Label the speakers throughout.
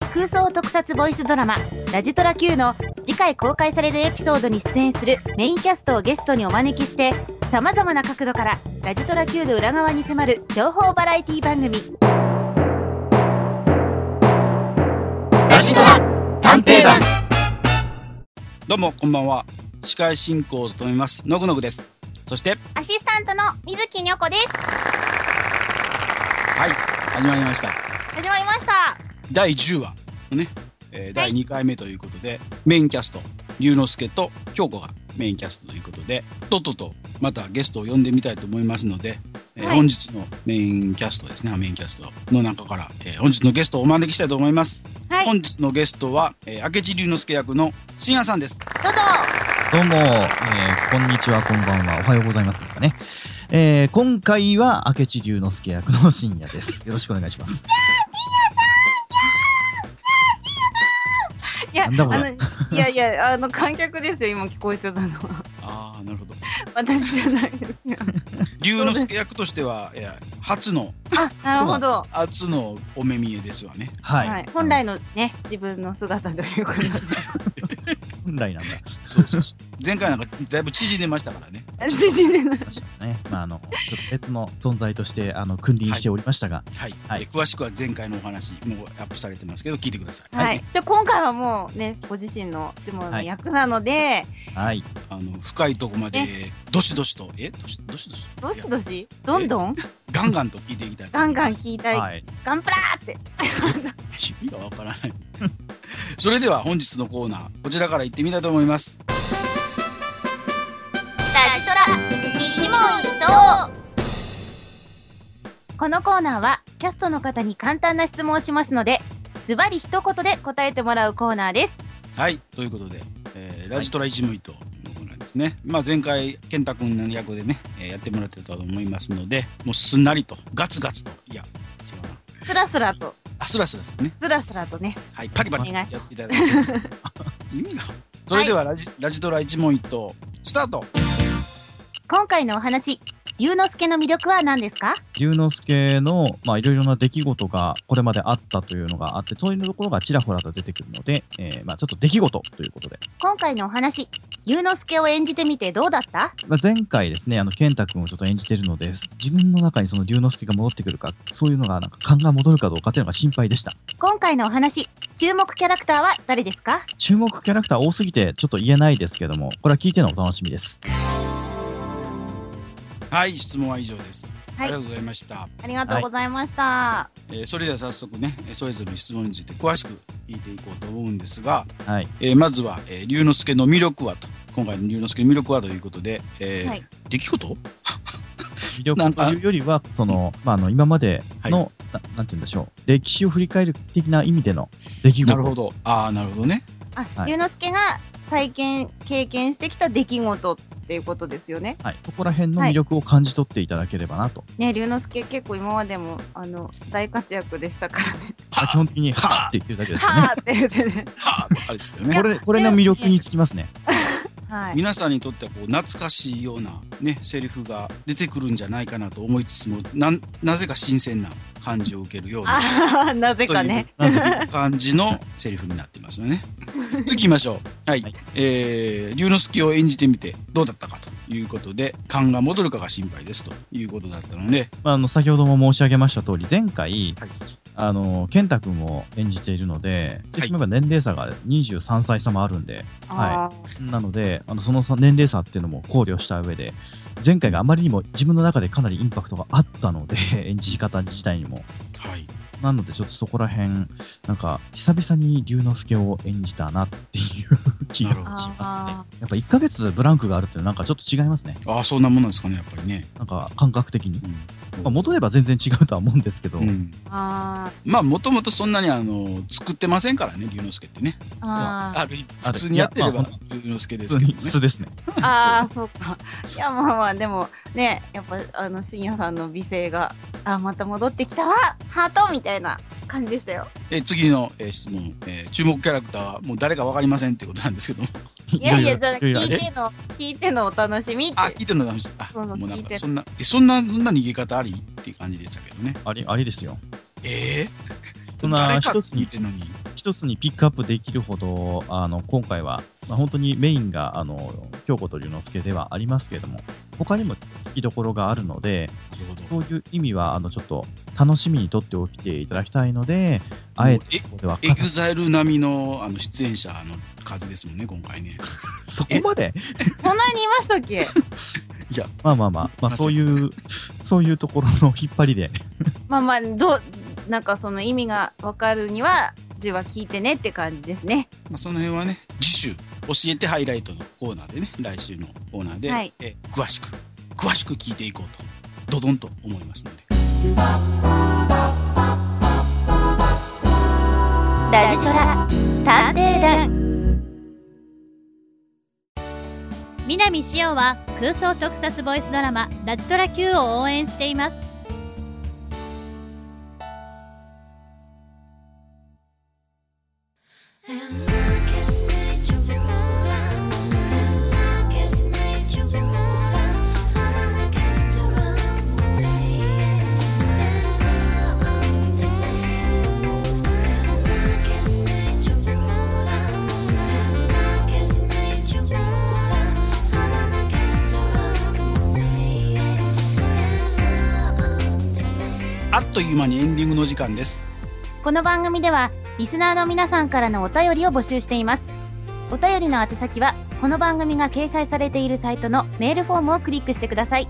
Speaker 1: 空想特撮ボイスドラマ「ラジトラ Q」の次回公開されるエピソードに出演するメインキャストをゲストにお招きしてさまざまな角度からラジトラ Q の裏側に迫る情報バラエティ番組
Speaker 2: ラジドラ探偵団
Speaker 3: どうもこんばんは司会進行を務めますのぐのぐですそして
Speaker 4: アシスタントの水木にょこです。
Speaker 3: はい始まりました
Speaker 4: 始まりました。
Speaker 3: 第10話のね、えー第2回目ということで、メインキャスト龍之介と京子がメインキャストということでとっととまたゲストを呼んでみたいと思いますので、えー
Speaker 4: はい
Speaker 3: 本日のメインキャストですねメインキャストの中から、えー本日のゲストをお招きしたいと思います、
Speaker 4: はい
Speaker 3: 本日のゲストは、えー明智龍之介役の深夜さんです
Speaker 4: どうぞ。
Speaker 2: どうも、えーこんにちは、こんばんは、おはようございますですかね。えー今回は明智龍之介役の深夜です。よろしくお願いします。
Speaker 5: いや、あ
Speaker 2: なんだこれ
Speaker 5: の、いやいや、あの観客ですよ、今聞こえてたのは。
Speaker 3: ああなるほど
Speaker 5: 私じゃないですよ。
Speaker 3: 龍之介役としては、えー初の
Speaker 5: なるほど。
Speaker 3: 初のお目見えですわね
Speaker 2: はい。
Speaker 5: はい、本来のね、自分の姿ということで。
Speaker 2: 本来なんだ。
Speaker 3: そうそうそう前回なんかだいぶ縮んでましたからね
Speaker 5: 主人でない。
Speaker 2: ましたね。まあ、あの、ちょっと別の存在として、あの、君臨しておりましたが、
Speaker 3: はい、
Speaker 2: はい
Speaker 3: え詳しくは前回のお話もうアップされてますけど聞いてください
Speaker 2: はい
Speaker 5: はい、じゃあ今回はもうね、ご自身のいつもの役なので、
Speaker 2: はい。
Speaker 3: あの深いとこまでどしどしとえどしどしどし
Speaker 5: どし
Speaker 3: いや
Speaker 5: どし、どんどん、
Speaker 3: ガンガンと聞いていきたいと
Speaker 5: ガ
Speaker 3: 思
Speaker 5: ン
Speaker 3: いま
Speaker 5: ガン
Speaker 3: す
Speaker 5: 聞いたり、
Speaker 2: はい。
Speaker 5: ガンプラーって。
Speaker 3: 意味がわからない それでは本日のコーナーこちらから行ってみたいと思います
Speaker 4: ラジトラ一問一答。
Speaker 1: このコーナーはキャストの方に簡単な質問をしますのでズバリ一言で答えてもらうコーナーです
Speaker 3: はいということで、えーラジトラ一問一答のコーナーですね、まあ前回健太君の役でね、えーやってもらってたと思いますのでもうすんなりとガツガツといや違うな
Speaker 5: スラスラと、
Speaker 3: あスラスラですね
Speaker 5: スラスラとね。
Speaker 3: はい、パリパリ
Speaker 5: お
Speaker 3: や
Speaker 5: 願
Speaker 3: っ
Speaker 5: いして
Speaker 3: いただいて。意味が。それではラジ、ラジドラ一問一答スタート。
Speaker 1: 今回のお話龍之介の魅力は何ですか
Speaker 2: 龍之介の、まあ、いろいろな出来事がこれまであったというのがあって、そういうところがちらほらと出てくるので、えーまあ、ちょっと出来事ということで、
Speaker 1: 今回のお話龍之介を演じてみてどうだった
Speaker 2: まあ、前回ですね、あの、健太君をちょっと演じてるので、自分の中にその龍之介が戻ってくるか、そういうのが、なんか勘が戻るかどうかっていうのが心配でした。
Speaker 1: 今回のお話注目キャラクターは誰ですか
Speaker 2: 注目キャラクター多すぎて、ちょっと言えないですけども、これは聞いてのお楽しみです。
Speaker 3: はい、質問は以上です。
Speaker 1: はい
Speaker 3: ありがとうございました。
Speaker 1: ありがとうございました、
Speaker 3: えーそれでは早速ね、えーそれぞれの質問について詳しく聞いていこうと思うんですが、
Speaker 2: はい。
Speaker 3: えーまずは、えー、龍之介の魅力はと。今回の龍之介の魅力はということで、えー
Speaker 1: はい
Speaker 3: 出来事
Speaker 2: 魅力というよりは、その、まあ、あの、今までの、ななんて言うんでしょう、歴史を振り返る的な意味での出来事。
Speaker 3: なるほど。ああ、なるほどね。
Speaker 2: は
Speaker 5: あ、
Speaker 2: い
Speaker 5: 龍之介が体験、経験してきた出来事っていうことですよね。
Speaker 2: はい。そこら辺の魅力を感じ取っていただければなと。
Speaker 5: ね、龍之介結構今までも、あの、大活躍でしたからね。
Speaker 2: まあ基本的に、はぁって言ってるだけですよね。
Speaker 5: はーって言ってね。
Speaker 3: はあ、ばっかりですけどね
Speaker 2: こ。れ、これの魅力につきますね。
Speaker 5: はい。
Speaker 3: 皆さんにとってはこう懐かしいようなねセリフが出てくるんじゃないかなと思いつつもなんなぜか新鮮な感じを受けるような
Speaker 5: ああ、なぜ
Speaker 3: と
Speaker 5: か
Speaker 3: い
Speaker 5: ね
Speaker 3: う。感じの セリフになってますよ ね。次行きましょう。はい、
Speaker 2: はい
Speaker 3: えー龍之介を演じてみてどうだったかということで勘が戻るかが心配ですということだったので、
Speaker 2: まあ、あの先ほども申し上げました通り、前回、
Speaker 3: はい
Speaker 2: あの健太君を演じているので、言ってしまえば年齢差が23歳差もあるんで、は
Speaker 5: あー
Speaker 2: なので、あのその差年齢差っていうのも考慮した上で、前回があまりにも自分の中でかなりインパクトがあったので、 演じ方自体にも。
Speaker 3: はい、
Speaker 2: なので、ちょっとそこら辺、なんか、久々に龍之介を演じたなっていう 気がしますね。
Speaker 5: あ
Speaker 2: やっぱ1ヶ月ブランクがあるっていうのは、なんかちょっと違いますね。
Speaker 3: ああそんなもんなんですかねやっぱりね。
Speaker 2: なんか、感覚的に。
Speaker 3: うん
Speaker 2: まあ、戻れば全然違うとは思うんですけど、
Speaker 3: うん
Speaker 5: ーあ
Speaker 3: まあもともとそんなにあの作ってませんからね龍之介ってね
Speaker 5: ーあ
Speaker 3: ある普通にやってれば龍之介で
Speaker 2: 普
Speaker 3: す
Speaker 2: 通
Speaker 3: けど
Speaker 2: に
Speaker 3: ね。
Speaker 2: 素ですね。
Speaker 5: ーあーそうかい
Speaker 3: そう
Speaker 5: やまあまあでもねやっぱあの深夜さんの美声があーまた戻ってきたわハートみたいな感じでしたよ
Speaker 3: えー次の、えー質問、えー注目キャラクターはもう誰かわかりませんってことなんですけども
Speaker 5: いやいや
Speaker 2: ろ
Speaker 5: じゃあ
Speaker 2: ろ
Speaker 5: 聞
Speaker 2: ろ
Speaker 5: いての聞いてのお楽しみって
Speaker 3: あ聞いてるのダメですあ
Speaker 5: そうそう
Speaker 3: もうなん
Speaker 5: 聞い
Speaker 3: か
Speaker 5: て
Speaker 3: そんなえそんなそんな逃げ方ありっていう感じでしたけどね
Speaker 2: ありありですよ。
Speaker 3: ええ
Speaker 2: そんな
Speaker 3: 誰か
Speaker 2: 一
Speaker 3: っ
Speaker 2: つ
Speaker 3: て言
Speaker 2: に
Speaker 3: ってるのに
Speaker 2: 一一つにピックアップできるほど、あの今回は、まあ、本当にメインがあの京子と龍之介ではありますけれども、他にも聞きどころがあるので、
Speaker 3: なるほど。
Speaker 2: そういう意味はあのちょっと楽しみにとっておきていただきたいので、あえてここでは
Speaker 3: エグザイル並みのあの出演者の数ですもんね、今回ね。
Speaker 2: そこまで
Speaker 5: そんなにいましたっけ
Speaker 3: いや、
Speaker 2: まあまあまあ、まあ、そういう、そういうところの引っ張りで、
Speaker 5: まあまあどうなんかその意味がわかるには10話聞いてねって感じですね
Speaker 3: まあ、その辺はね、次週、教えてハイライトのコーナーでね、来週のコーナーで、
Speaker 5: はい
Speaker 3: え詳しく、詳しく聞いていこうと、ドドンと思いますので。
Speaker 4: ラジトラ探偵団南しおは空想特撮ボイスドラマ「ラジトラ Q」を応援しています
Speaker 3: あっという間にエンディングの時間です。
Speaker 1: この番組ではリスナーの皆さんからのお便りを募集していますお便りの宛先はこの番組が掲載されているサイトのメールフォームをクリックしてください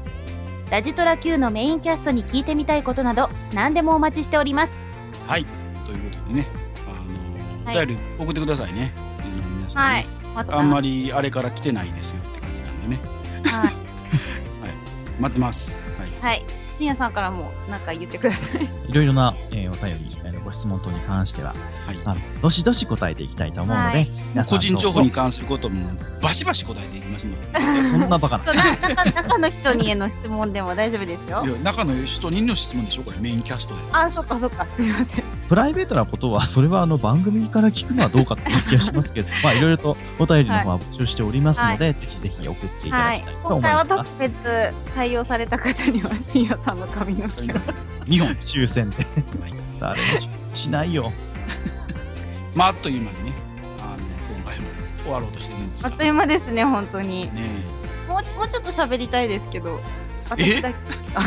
Speaker 1: ラジトラ Q のメインキャストに聞いてみたいことなど何でもお待ちしております
Speaker 3: はい、ということでね、あの
Speaker 5: はい
Speaker 3: お便り送ってくださいね、リスナーの皆さん、ね
Speaker 5: はいまた
Speaker 3: あんまりあれから来てないですよって感じなんでね、
Speaker 5: はい
Speaker 3: 待ってます。はい
Speaker 5: はい。深夜さんからもなんか言ってくだ さい。
Speaker 2: いろいろな、えーお便り、えーご質問等に関しては、
Speaker 3: はい
Speaker 2: あのどしどし答えていきたいと思うので、
Speaker 5: はい
Speaker 2: 皆さ
Speaker 3: 個
Speaker 2: ん
Speaker 3: 人情報
Speaker 2: どう
Speaker 3: に
Speaker 2: ぞ
Speaker 3: 関することもバシバシ答えていきますので、
Speaker 2: そんなバカな。
Speaker 5: な中中の人にへの質問でも大丈夫ですよ
Speaker 3: い。や中の人にの質問でしょ、これメインキャストで。
Speaker 5: あ、そっかそっか。すいません。
Speaker 2: プライベートなことは、それはあの番組から聞くのはどうかっていう気がします けど、まあいろいろとお便りの方は募集しておりますので、ぜひぜひ送っていただきたいと思
Speaker 5: 今
Speaker 2: い
Speaker 5: 回は
Speaker 2: ます。
Speaker 5: 特別採用された方には深夜さんの髪の毛を。
Speaker 3: 日本、
Speaker 2: 抽選で。 誰もしないよ。
Speaker 3: まああっという間にね、あの今回も終わろうとしてるんです
Speaker 5: あ
Speaker 3: が
Speaker 5: っという間ですね、本当に。
Speaker 3: ね
Speaker 5: もうちもうちょっと喋りたいですけど。
Speaker 3: え
Speaker 5: 私だけ
Speaker 3: え、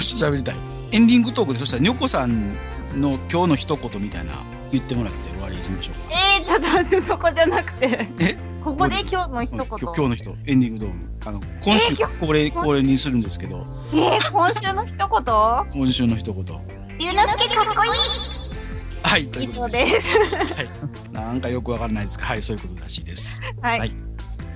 Speaker 3: 喋りたい。エンディングトークで、そしたら、にょこさんの今日の一言みたいな言ってもらって終わりにしましょうか。
Speaker 5: えー、ちょっと待って、そこじゃなくて。
Speaker 3: え
Speaker 5: ここで今日の一
Speaker 3: うん
Speaker 5: 言。
Speaker 3: きょ今日の人エンディングどうもあの今週恒例恒例にするんですけど
Speaker 5: えー、今週の一言
Speaker 3: 今週の一言
Speaker 4: 龍之介かっこいい
Speaker 3: はいという
Speaker 5: 以
Speaker 3: こ
Speaker 5: 上
Speaker 3: と
Speaker 5: で。
Speaker 3: ですなんかよくわからないですがはいそういうことらしいです
Speaker 5: はい
Speaker 2: はい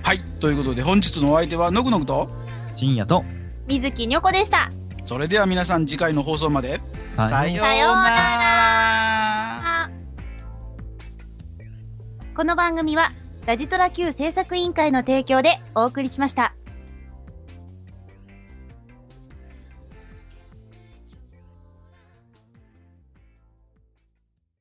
Speaker 3: はいということで本日のお相手はのくのくと
Speaker 2: 深夜と、
Speaker 5: 水木にょこでした。
Speaker 3: それでは皆さん次回の放送まで
Speaker 2: さ
Speaker 3: う
Speaker 2: よ
Speaker 3: なら
Speaker 1: この番組はラジトラ Q 制作委員会の提供でお送りしました